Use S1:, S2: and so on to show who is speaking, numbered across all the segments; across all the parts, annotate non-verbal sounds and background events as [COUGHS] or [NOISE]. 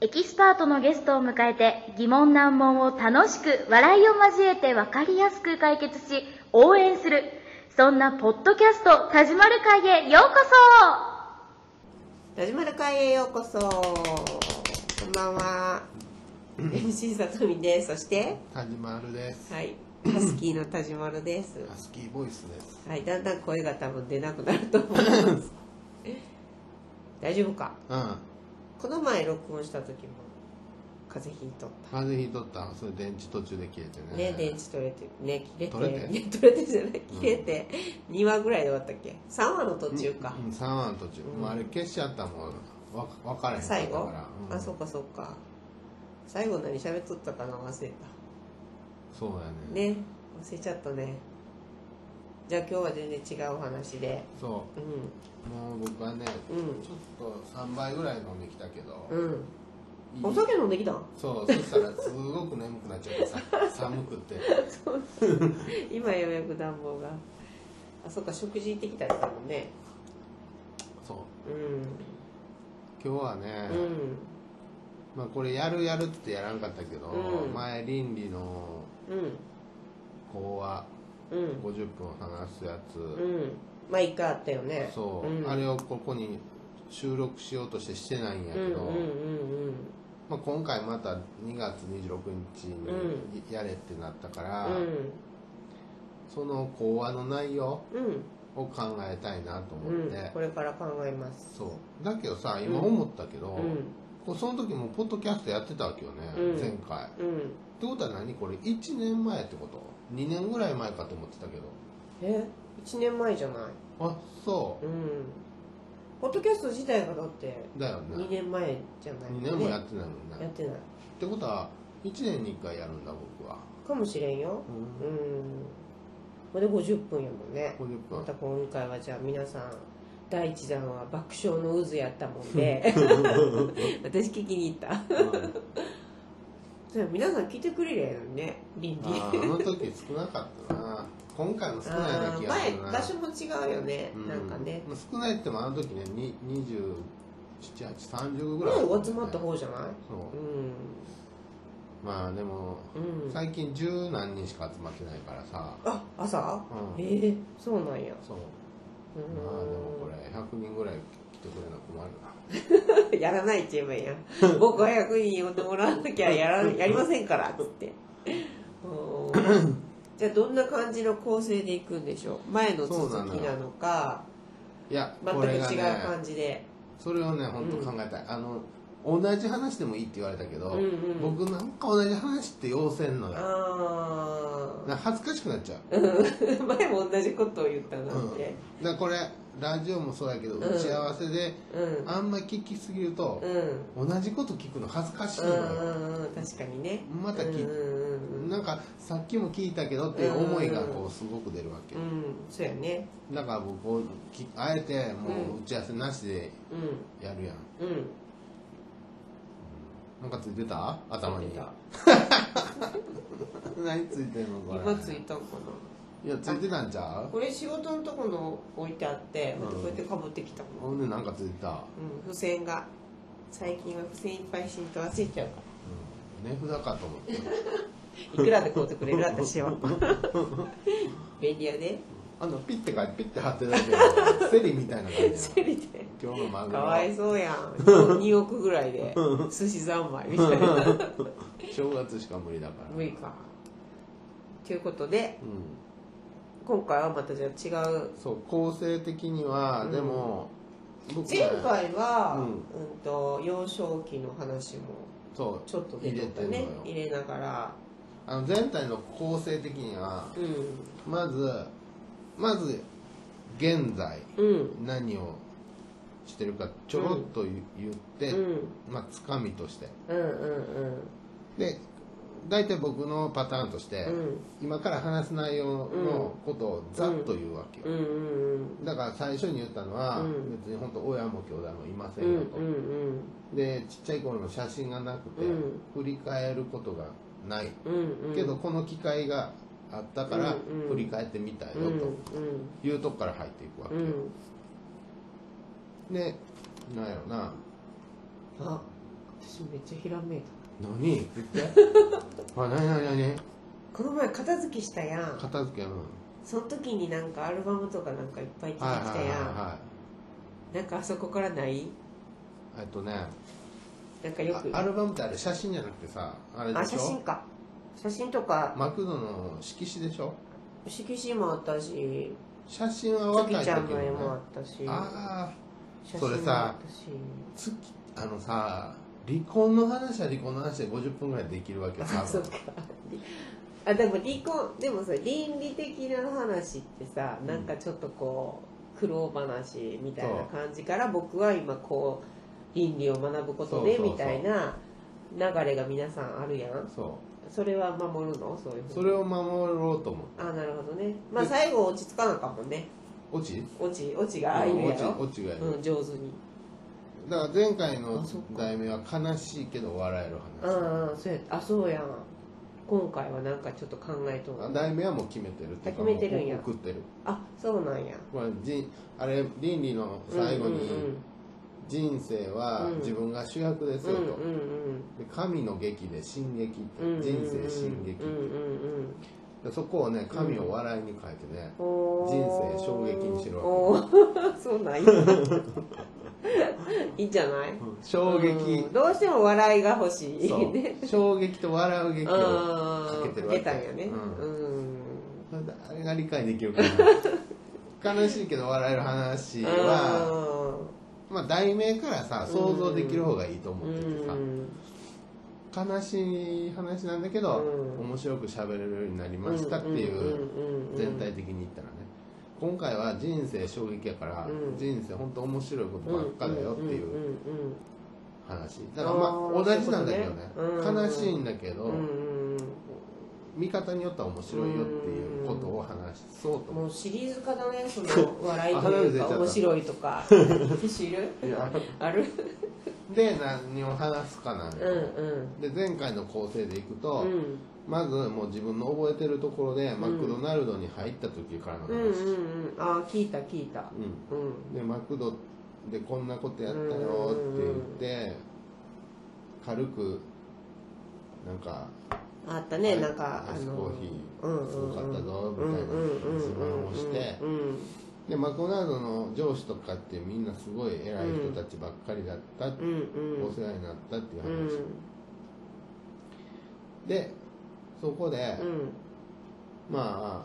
S1: エキスパートのゲストを迎えて疑問難問を楽しく笑いを交えて分かりやすく解決し応援するそんなポッドキャスト「田島る会」へようこ
S2: ラジマル会へようこそ。こんばんは。MC さとみです。そして、
S3: タジマルです。
S2: はい、ハスキーの田島るです。
S3: ハスキーボイスです。
S2: はい、だんだん声が多分出なくなると思います。 [LAUGHS] 大丈夫か
S3: うん。
S2: この前録音した時も風邪ひいとっ
S3: 風邪ひいとった。それ電池途中で消えて
S2: た。
S3: ね。
S2: ね、電池取れて、ね、切れて、
S3: 取れて
S2: ね取れてじゃない、切れて、2話ぐらいで終わったっけ ?3 話の途中か。
S3: うん、3話の途中。
S2: うん
S3: もうあれ消しちゃったもん。わわからへんかった
S2: 最
S3: か
S2: 後
S3: ら。うん
S2: あ、そうかそうか。最後何喋っとったかな忘れた。
S3: そうやね。
S2: ね忘れちゃったねじゃあ今日は全然違うお話で
S3: そ
S2: うん
S3: う。もう僕はね、ちょっと3杯ぐらい飲んできたけど。
S2: うんうん
S3: いい
S2: お酒飲んできたん [LAUGHS]
S3: そう、そしたらすごく眠くなっちゃってさ、 [LAUGHS] 寒くて。
S2: 今ようやく暖房があそっか食事行ってきたんだもんね
S3: そう。
S2: うん
S3: 今日はね、
S2: うん
S3: まあこれやるやるってやらんかったけど、
S2: うん
S3: 前倫理の
S2: うん
S3: 講話
S2: うん
S3: 50分話すやつ。
S2: うんまあ一回あったよね
S3: そう、
S2: ん
S3: あれをここに収録しようとしてしてないんや
S2: うんうん
S3: け
S2: うん
S3: ど、
S2: うん
S3: まあ、今回また2月26日にやれってなったから、その講話の内容
S2: うんうん
S3: を考えたいなと思
S2: う
S3: っ
S2: ん
S3: て、
S2: これから考えます
S3: そうだけどさ今思ったけど、
S2: うん
S3: こうその時もポッドキャストやってたわけよね、
S2: うん
S3: 前回っ
S2: うん
S3: てことは何これ1年前ってこと2年ぐらい前かと思ってたけど
S2: え1年前じゃない
S3: あそ
S2: うんポッドキャスト自体がだって
S3: うだよね
S2: 2年前じゃない
S3: 2年もやってないもん
S2: や
S3: ね
S2: っ
S3: って
S2: ない
S3: てことは1年に1回やるんだ僕は、
S2: かもしれんよ
S3: うん
S2: うんこれで50分やもんね
S3: 50
S2: ま
S3: 分
S2: た今回はじゃあ皆さん第一弾は爆笑の渦やったもん
S3: [LAUGHS]
S2: で私聞きに行ったそうや皆さん聞いてくれりゃいいのにね倫理
S3: あーあの時少なかったな今回も少ないような
S2: あー
S3: 気がす
S2: 前
S3: るな
S2: 場所も違うよね、
S3: う
S2: なんかね
S3: まあ少ないって言ってもあの時ねに2730ぐらいだったも
S2: も
S3: ん
S2: う
S3: ね
S2: 集まった方じゃない
S3: そう
S2: う
S3: まあでも
S2: んうん
S3: 最近十何人しか集まってないからさ
S2: あ朝
S3: うん
S2: ええそうなんや
S3: そう
S2: う
S3: ま
S2: ん
S3: あでもこれ100人ぐらい来てくれな困
S2: [LAUGHS]
S3: るな
S2: やらないって言えばいいやん僕は役に呼んでもらわなきゃやらやりませんからっつってうーんじゃあどんな感じの構成でいくんでしょう前の続きなのか
S3: いや
S2: 全
S3: こ
S2: く
S3: れが
S2: 違う
S3: ね
S2: 感じで、
S3: それをね本当考えたい、あの同じ話でもいいって言われたけど、
S2: うんうん
S3: 僕なんか同じ話って要せんのよ
S2: あ
S3: な恥ずかしくなっちゃう
S2: あ [LAUGHS] 前も同じことを言ったなんて
S3: だからこれラジオもそうやけど、
S2: ん
S3: 打ち合わせで
S2: うん
S3: あんま聞きすぎると
S2: うん、、
S3: 同じこと聞くの恥ずかしいの
S2: う
S3: よ、
S2: んうんうん確かにね
S3: また聞い
S2: うんうんうん
S3: なんかさっきも聞いたけどっていう思いがこうすごく出るわけ、
S2: うんそうやね
S3: だから僕をきあえても
S2: う
S3: う打ち合わせなしで
S2: う
S3: やるやん
S2: んうん
S3: なんかついてた頭に何ついてんのこれ
S2: 今ついたんかない
S3: やついてたんちゃう
S2: これ仕事のとこの置いてあって、
S3: うん
S2: こうやってかぶってきたもん、
S3: ほんでなんかついてた、
S2: うん、付箋が最近は付箋いっぱいしんと忘れちゃうか
S3: うん、値札かと思っ
S2: [LAUGHS]
S3: て
S2: らいくらで買うてくれる私 [LAUGHS] は便利やで
S3: あのピッてかピッて貼ってたけどセリみたいな感
S2: [LAUGHS]
S3: じ
S2: セリで
S3: 今日のマグ
S2: か
S3: ロ
S2: わいそうやん2億 [LAUGHS] ぐらいで寿司三昧みたいな [LAUGHS]
S3: 正月しか無理だから
S2: 無理かということで
S3: うん
S2: 今回はまたじゃあ違う
S3: そう構成的には、
S2: うん
S3: でも僕ね
S2: 前回は、
S3: う
S2: うんと幼少期の話も
S3: そう
S2: ちょっと出てた
S3: 入れ
S2: ね
S3: てんのよ
S2: 入れながら
S3: あの全体の構成的には
S2: う
S3: まずまず現在
S2: んうん
S3: 何をしてるかちょろっと言言って、
S2: うん
S3: まあつかみとして
S2: うんうん
S3: で大体僕のパターンとして、
S2: うん
S3: 今から話す内容のことをざっと言うわけよ、
S2: うんうんうん
S3: だから最初に言ったのは、
S2: うん
S3: 別に本当親も兄弟もいませ
S2: うん
S3: よ
S2: ん
S3: と、
S2: うんうん
S3: でちっちゃい頃の写真がなくて、
S2: うん
S3: 振り返ることがない
S2: うんうん
S3: けどこの機会があったから
S2: うんうん
S3: 振り返ってみたよ
S2: うんうん
S3: というとこから入っていくわけ
S2: う
S3: よ、
S2: ん
S3: でなんやろな
S2: あ私めっちゃひらめいた
S3: 何言って
S2: [LAUGHS]
S3: あ何何何
S2: この前片付けしたやん
S3: 片付けうん
S2: その時になんかアルバムとかなんかいっぱい出てきた
S3: はいはいはい
S2: や
S3: は
S2: んなんかあそこからない
S3: いえっとね
S2: なんかよく
S3: あアルバムってあれ写真じゃなくてさあれで
S2: あ
S3: し
S2: 写真
S3: ょ
S2: か写真とか
S3: マクドの色紙でしょ
S2: 色紙もあったし
S3: 写真は
S2: 月
S3: 若い
S2: ち
S3: 時
S2: ゃ
S3: の
S2: んの絵もあ
S3: ね
S2: ったし
S3: ああ
S2: 写
S3: そ
S2: 真
S3: れ
S2: もあ
S3: さ
S2: ったし
S3: 月あのさ離婚の話は離婚の話で50分ぐらいできるわけよ多
S2: あそっ
S3: 分
S2: かあでも離婚でもさ倫理的な話ってさなんかちょっとこう苦労話みたいな感じから僕は今こう倫理を学ぶことで
S3: そうそうそう
S2: みたいな流れが皆さんあるやん
S3: そ
S2: それは守るのそういうふう
S3: う
S2: に
S3: それを守ろうと思う
S2: あなるほどねまあ最後落ち着かなあかんもんね
S3: 落ち
S2: 落ち落ちがいるや
S3: 落ち
S2: ろ
S3: 落ちがいる、
S2: うん上手に
S3: だから前回の
S2: あそっか
S3: 題名は悲しいけど笑える
S2: うんうんそうやあそうやん今回はなんかちょっと考えと
S3: 話
S2: ん
S3: 題名はもう決めてるっていうか
S2: あ決めてるんや
S3: もう送ってる
S2: あそうなんや
S3: これ人あれ倫理の最後
S2: うん
S3: に「人生は自分が主役です
S2: うん
S3: よ」
S2: うん
S3: と
S2: うんうん
S3: で神の劇で「進撃」って
S2: うんうんうん
S3: 人生進撃」
S2: うんうんうん
S3: でそこをね神を笑いに変えてね
S2: おー
S3: 人生衝撃にしろ
S2: おーそうなんやいいんじゃない
S3: 衝撃
S2: うんどうしても笑いが欲しい
S3: そう
S2: ね
S3: 衝撃と笑う劇を
S2: あ
S3: かけて
S2: ー
S3: る
S2: か
S3: わけ
S2: けたんやね
S3: う
S2: うん
S3: あれが理解できる
S2: [LAUGHS]
S3: かな悲しいけど笑える話はまあ題名からさ想像できる方がいいと
S2: う
S3: 思っててさ
S2: ん
S3: 悲しい話なんだけど、
S2: うん
S3: 面白く喋れるようになりましたっていう全体的に言ったらね今回は人生衝撃やから、
S2: うん
S3: 人生本当面白いことばっかだよってい
S2: ん
S3: う
S2: うんうん
S3: 話だからまあ
S2: あ
S3: 同
S2: ー
S3: じなんだけどね
S2: そういうことねうん
S3: 悲しいんだけど、
S2: うんうん
S3: 見方によっては面白いよっていうことを話そう
S2: う
S3: と
S2: ん
S3: 思
S2: も
S3: っ
S2: うシリーズ化だねその笑いと
S3: 鼻
S2: いう
S3: 水出ちゃ
S2: か
S3: った
S2: 面白いとか知る
S3: ていや
S2: ある
S3: [LAUGHS] で何を話すかなんだけ
S2: う
S3: ど
S2: んうん
S3: で前回の構成でいくと、
S2: うん
S3: まずもう自分の覚えてるところで、マクドナルドに入った時からの話、
S2: うんうんうんあー聞いた聞いた
S3: うん
S2: うん
S3: でマクドでこんなことやったよって言って軽くなんか
S2: あった
S3: あ
S2: ね
S3: れ
S2: なんか
S3: ア
S2: あ
S3: イス
S2: の
S3: コーヒ
S2: うん
S3: ーす
S2: うん
S3: ごかったぞみ
S2: うん
S3: たいな自慢をして
S2: うんうんうん
S3: でマクドナルドの上司とかってみんなすごい偉い人たちばっかりだったって
S2: うんうん
S3: お世話になったっていう
S2: うん
S3: 話でそこで
S2: うん
S3: まあ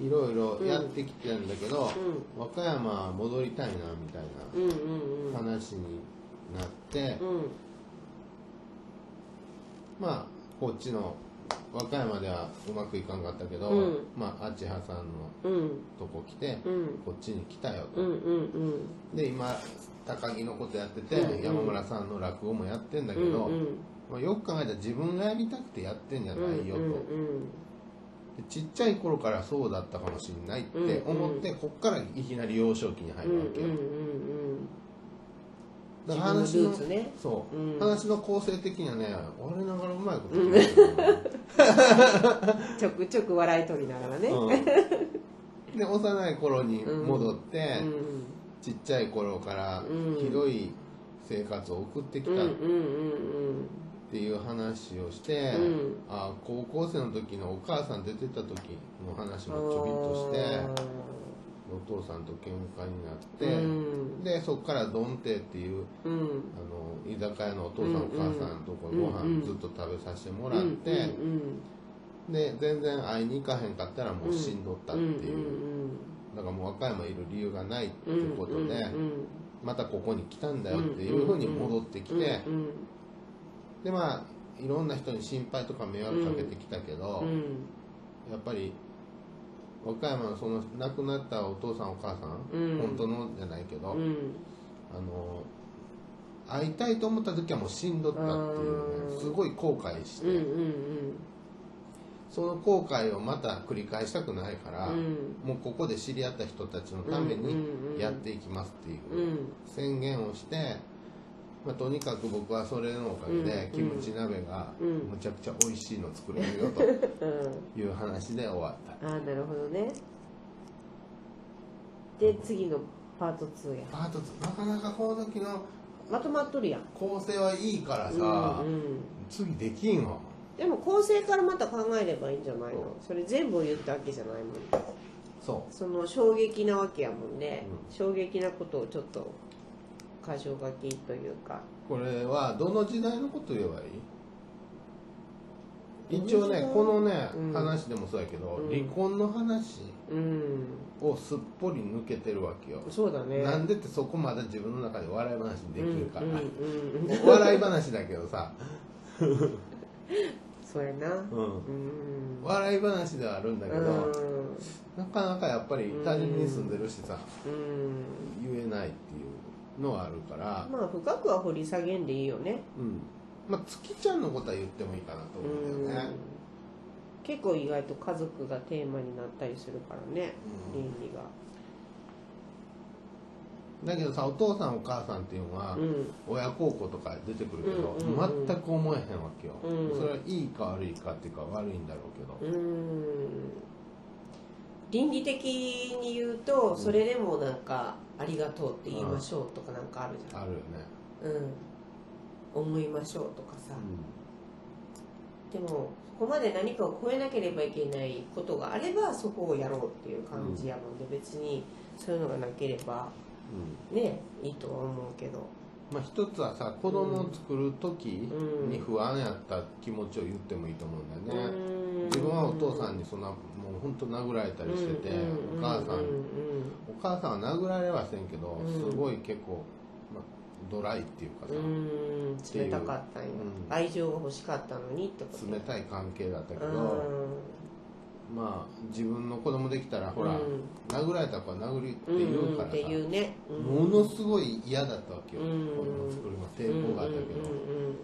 S3: いろいろやってきてるんだけど和歌山戻りたいなみたい
S2: うんうんうんうん
S3: な話になって
S2: うん
S3: まあこっちの和歌山ではうまくいかんかったけど、
S2: うん
S3: まああちはさんの
S2: うん
S3: とこ来て、
S2: うん
S3: こっちに来たよ
S2: う
S3: と、
S2: んうんうん
S3: で今高木のことやってて、
S2: うんうん
S3: 山村さんの落語もやってんだけ
S2: うん
S3: ど、
S2: うん
S3: まあ、よく考えたら自分がやりたくてやってんじゃないよと、
S2: うん
S3: でちっちゃい頃からそうだったかもしれないって思って、こっからいきなり幼少期に入
S2: うんうん
S3: るわけよ、
S2: うんうん
S3: だから
S2: 自分のルーツね
S3: そう、
S2: うん
S3: 話の構成的にはね我ながらうまいこと言ってるよね
S2: ちょくちょく笑い取りながらね、
S3: うんで幼い頃に戻って、
S2: うん
S3: ちっちゃい頃から
S2: うん
S3: ひどい生活を送ってき
S2: うん
S3: た
S2: う
S3: っ
S2: んうん
S3: ていう話をして、
S2: うん
S3: あ高校生の時のお母さん出てた時の話
S2: うん
S3: もちょびっとしてお父さんと喧嘩になって、
S2: うん
S3: でそっからドンテっていう
S2: うん
S3: あの居酒屋のお父さんお
S2: うん
S3: 母さんとこ
S2: うん
S3: ご
S2: うん
S3: 飯ずっと食べさせてもらって、
S2: うん
S3: で全然会いに行かへんかったらもう死んどったっ
S2: う
S3: てい
S2: ん
S3: う。だからもう和歌山いる理由がないっていうことで、またここに来たんだよっていうふうに戻ってきて、
S2: うん
S3: でまあいろんな人に心配とか迷惑かけてきたけど、
S2: うん
S3: やっぱり和歌山のその亡くなったお父さんお母さん、
S2: うん
S3: 本当のじゃないけど、
S2: うん
S3: あの会いたいと思った時はもう死んどったっていう
S2: う
S3: ね
S2: ん
S3: すごい後悔して、
S2: うんうん
S3: その後悔をまた繰り返したくないから、
S2: うん
S3: もうここで知り合った人たちのため
S2: うんうん
S3: にやっていきますっていう。
S2: うん
S3: 宣言をして、まあ、とにかく僕はそれのおかげでキムチ鍋がむちゃくちゃ美味しいの作れるよと
S2: うん
S3: いう話で終わった
S2: ああなるほどねで次のパート2や
S3: パート2なかなかこの時の
S2: まとまっとるやん
S3: 構成はいいから
S2: うん
S3: さ、
S2: うん
S3: 次できんわ
S2: でも構成からまた考えればいいんじゃないの
S3: う
S2: それ全部を言ったわけじゃないもん
S3: そ
S2: その衝撃なわけやもんね、
S3: う
S2: 衝撃なことをちょっと箇条書きというか
S3: うこれはどの時代のこと言えばいい一応
S2: どの時
S3: ね
S2: 代
S3: このね、
S2: うん
S3: 話でもそうやけど、
S2: うん
S3: 離婚の話
S2: うん
S3: をすっぽり抜けてるわけよ、
S2: そうだね
S3: なんでってそこまで自分の中で笑い話にできるから、
S2: うんうんうん、
S3: [LAUGHS] 笑い話だけどさ、
S2: そうやな
S3: う、
S2: うんん
S3: 笑い話ではあるんだけど、
S2: うん
S3: なかなかやっぱり他人に住んでるしさ、
S2: うん
S3: 言えないっていうのはあるから、
S2: まあ深くは掘り下げんでいいよね
S3: うんまあ月ちゃんのことは言ってもいいかなと思うんだよね、
S2: 結構意外と家族がテーマになったりするからね
S3: うん
S2: 倫理が
S3: だけどさお父さんお母さんっていうのは、
S2: うん
S3: 親孝行とか出てくるけど、
S2: うんうんうん
S3: 全く思えへんわけよ、
S2: うん
S3: それはいいか悪いかっていうか悪いんだろうけど、
S2: うん倫理的に言うとそれでもなんか「ありがとう」って言いましょうとかなんかあるじゃん
S3: あるよね、
S2: うん思いましょうとかさ、でもそこまで何かを超えなければいけないことがあればそこをやろうっていう感じやもんで、別にそういうのがなければ
S3: うん
S2: ねいいとは思うけど
S3: まあ、一つはさ子供を作る時
S2: うん
S3: に不安やった気持ちを言ってもいいと思うんだよね、
S2: うん
S3: 自分はお父さんにそんなもうほんと殴られたりしてて、
S2: うん
S3: お母さん、
S2: うん
S3: お母さんは殴られはせんけど、
S2: うん
S3: すごい結構、まあ、ドライっていうかさ、
S2: うんうんうん冷たかったんや、
S3: うん
S2: 愛情が欲しかったのにってこと
S3: 冷たい関係だったけ
S2: う
S3: ど、まあ自分の子供できたらほら、
S2: うん
S3: 殴られた子は殴りって
S2: ん
S3: 言う
S2: うん
S3: か
S2: う
S3: ら
S2: んっ
S3: さ、
S2: ていうね、うん
S3: ものすごい嫌だったわけよ、
S2: うん
S3: 子供作るの抵抗があったけど、
S2: うんうんうん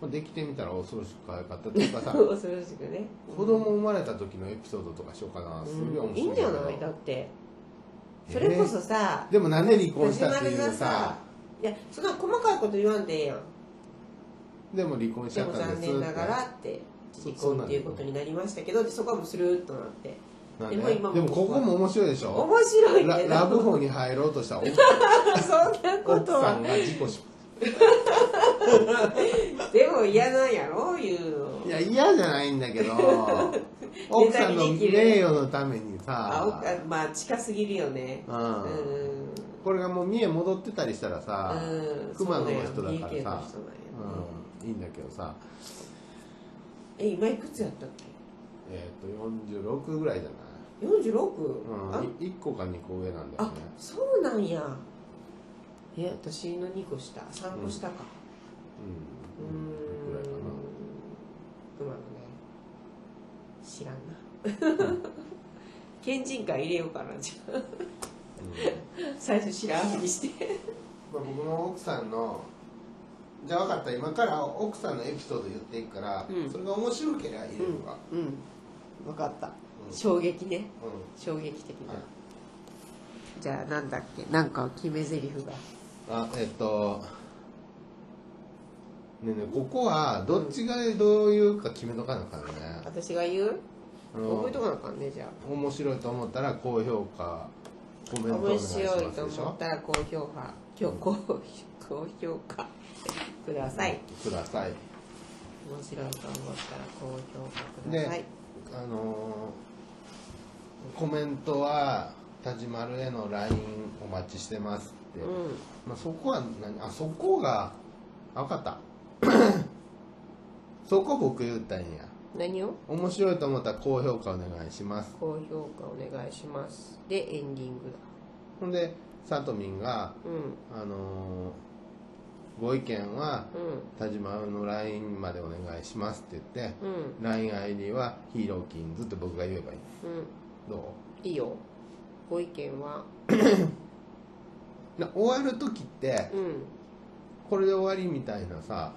S3: まあ、できてみたら恐ろしく可愛かったっていうかさ
S2: うん恐ろしくね
S3: 子供生まれた時のエピソードとかしようかな、すごい面白
S2: い
S3: い
S2: いんじゃないだってそれこそさ、
S3: でもなんで離婚し
S2: 始
S3: た
S2: ま
S3: ってい
S2: りが
S3: う
S2: さ
S3: さ
S2: いやそんな細かいこと言わんでええやん
S3: でも離婚しち
S2: で
S3: ゃっ
S2: も
S3: たん
S2: 残
S3: です
S2: 念ながら
S3: っ
S2: って
S3: そ
S2: 離
S3: そう
S2: 婚
S3: な
S2: っ
S3: ん
S2: て
S3: だ
S2: いうことになりましたけどでそこはもうスルーっとなって
S3: てなん
S2: でも今も
S3: でもここも面白いでしょ
S2: 面白い
S3: ラ
S2: ね
S3: ラブホに入ろうとし
S2: [LAUGHS]
S3: た奥
S2: そんなこ
S3: 奥
S2: と
S3: さ
S2: は
S3: んが事故し
S2: でも嫌なんやろいうの
S3: いや嫌じゃないん
S2: [LAUGHS]
S3: だけど奥さんの名誉のために
S2: あお
S3: さ
S2: あまあ近すぎるよね
S3: う
S2: うんん
S3: これがもう三重戻ってたりしたらさ
S2: うん
S3: 熊野の人
S2: そう
S3: だ
S2: よ
S3: か
S2: BK の人
S3: らさ
S2: なんや
S3: うんいいんだけどさ
S2: え今いくつやったっ
S3: えっと46ぐらいじゃ
S2: け 46?、
S3: な
S2: あ
S3: いうん1個か2個上なんだよ
S2: あ
S3: ね
S2: そうなんやえ私の2個下3個下かう
S3: うんんぐらいかな
S2: 熊野ね知らんな [LAUGHS] 県人会入れようかなじゃあ
S3: うん
S2: 最初知らんふりして
S3: まあ、僕の奥さんのじゃあ分かった今から奥さんのエピソード言っていくから、
S2: うん
S3: それが面白ければ入れるわ、
S2: うん分かった
S3: うん
S2: 衝撃ね
S3: うん
S2: 衝撃的な
S3: はい
S2: じゃあなんだっけなんか決め台詞が
S3: あえっとねえねえここはどっちがどういうか決めとかなあかんね、
S2: 私が言う
S3: あの
S2: 覚えとかなあかんねじゃあ
S3: 面白いと思ったら高評価コメントお願
S2: 面
S3: いし
S2: 白い
S3: ま
S2: と
S3: すでし
S2: 思
S3: ょ
S2: ったら高評価今日高高評価 [LAUGHS] ください
S3: ください
S2: 面白いと思ったら高評価くだ
S3: で、
S2: さい
S3: あのーコメントは田島るへの LINE お待ちしてますって、
S2: うん
S3: まあ、そこは何あそこがあ分かった [COUGHS] そこ僕言ったんや
S2: 何を
S3: 面白いと思ったら高評価お願いします
S2: 高評価お願いしますでエンディングだ
S3: ほんでさとみんが
S2: うん
S3: 「あのーご意見は
S2: う
S3: 田島の LINE までお願いします」って言って、
S2: んうん
S3: LINEID はヒーローキンズって僕が言えばいい
S2: うん
S3: ど
S2: いいよご意見は
S3: うな終わる時って
S2: うん
S3: これで終わりみたいなさ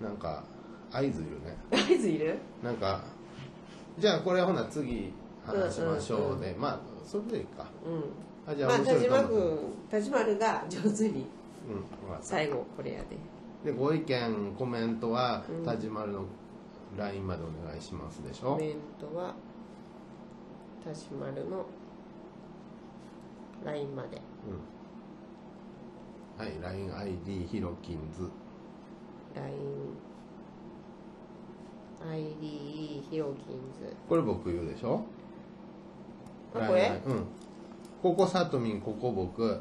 S3: なんか合図いるね
S2: 合図いる
S3: なんかじゃあこれほな次話しましょうで、
S2: うんうん
S3: まあそれでいいか
S2: うん
S3: あじゃ
S2: ま
S3: あ
S2: あ
S3: 面
S2: 田
S3: 白いと
S2: 島
S3: 思った、うん
S2: 君田島るが上手に
S3: わかった
S2: 最後これやで
S3: でご意見コメントは
S2: うん
S3: 田島の LINE までお願いしますでし
S2: コ
S3: ょ、
S2: メントは田島るの LINE まで
S3: うはい、LINEID ひろきんず
S2: LINEID ヒロキンズ
S3: これ僕言うでしょ
S2: あこれ
S3: LINE うんここさとみんここ僕
S2: う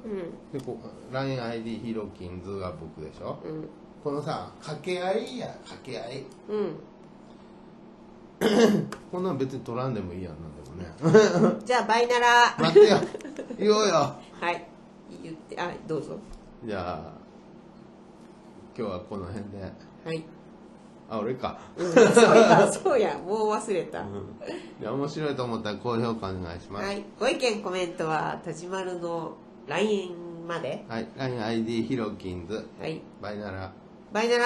S3: でこ LINEID ひろきんずが僕でしょ
S2: んうん
S3: このさ掛け合いや掛け合い
S2: うん
S3: こんなん別に取らんでもいいやんなんでもね [LAUGHS]
S2: じゃあバイなら
S3: 待ってよ言おうよ
S2: はい言ってあどうぞ
S3: じゃあ今日はこの辺で
S2: はい、
S3: あ俺か、
S2: うん、そうやそうやもう忘れた、
S3: じゃあ面白いと思ったら高評価お願いします
S2: はいご意見コメントはたじまるの LINE まで
S3: はい、LINEID ひろきんず
S2: はい
S3: バイナラ
S2: バイなら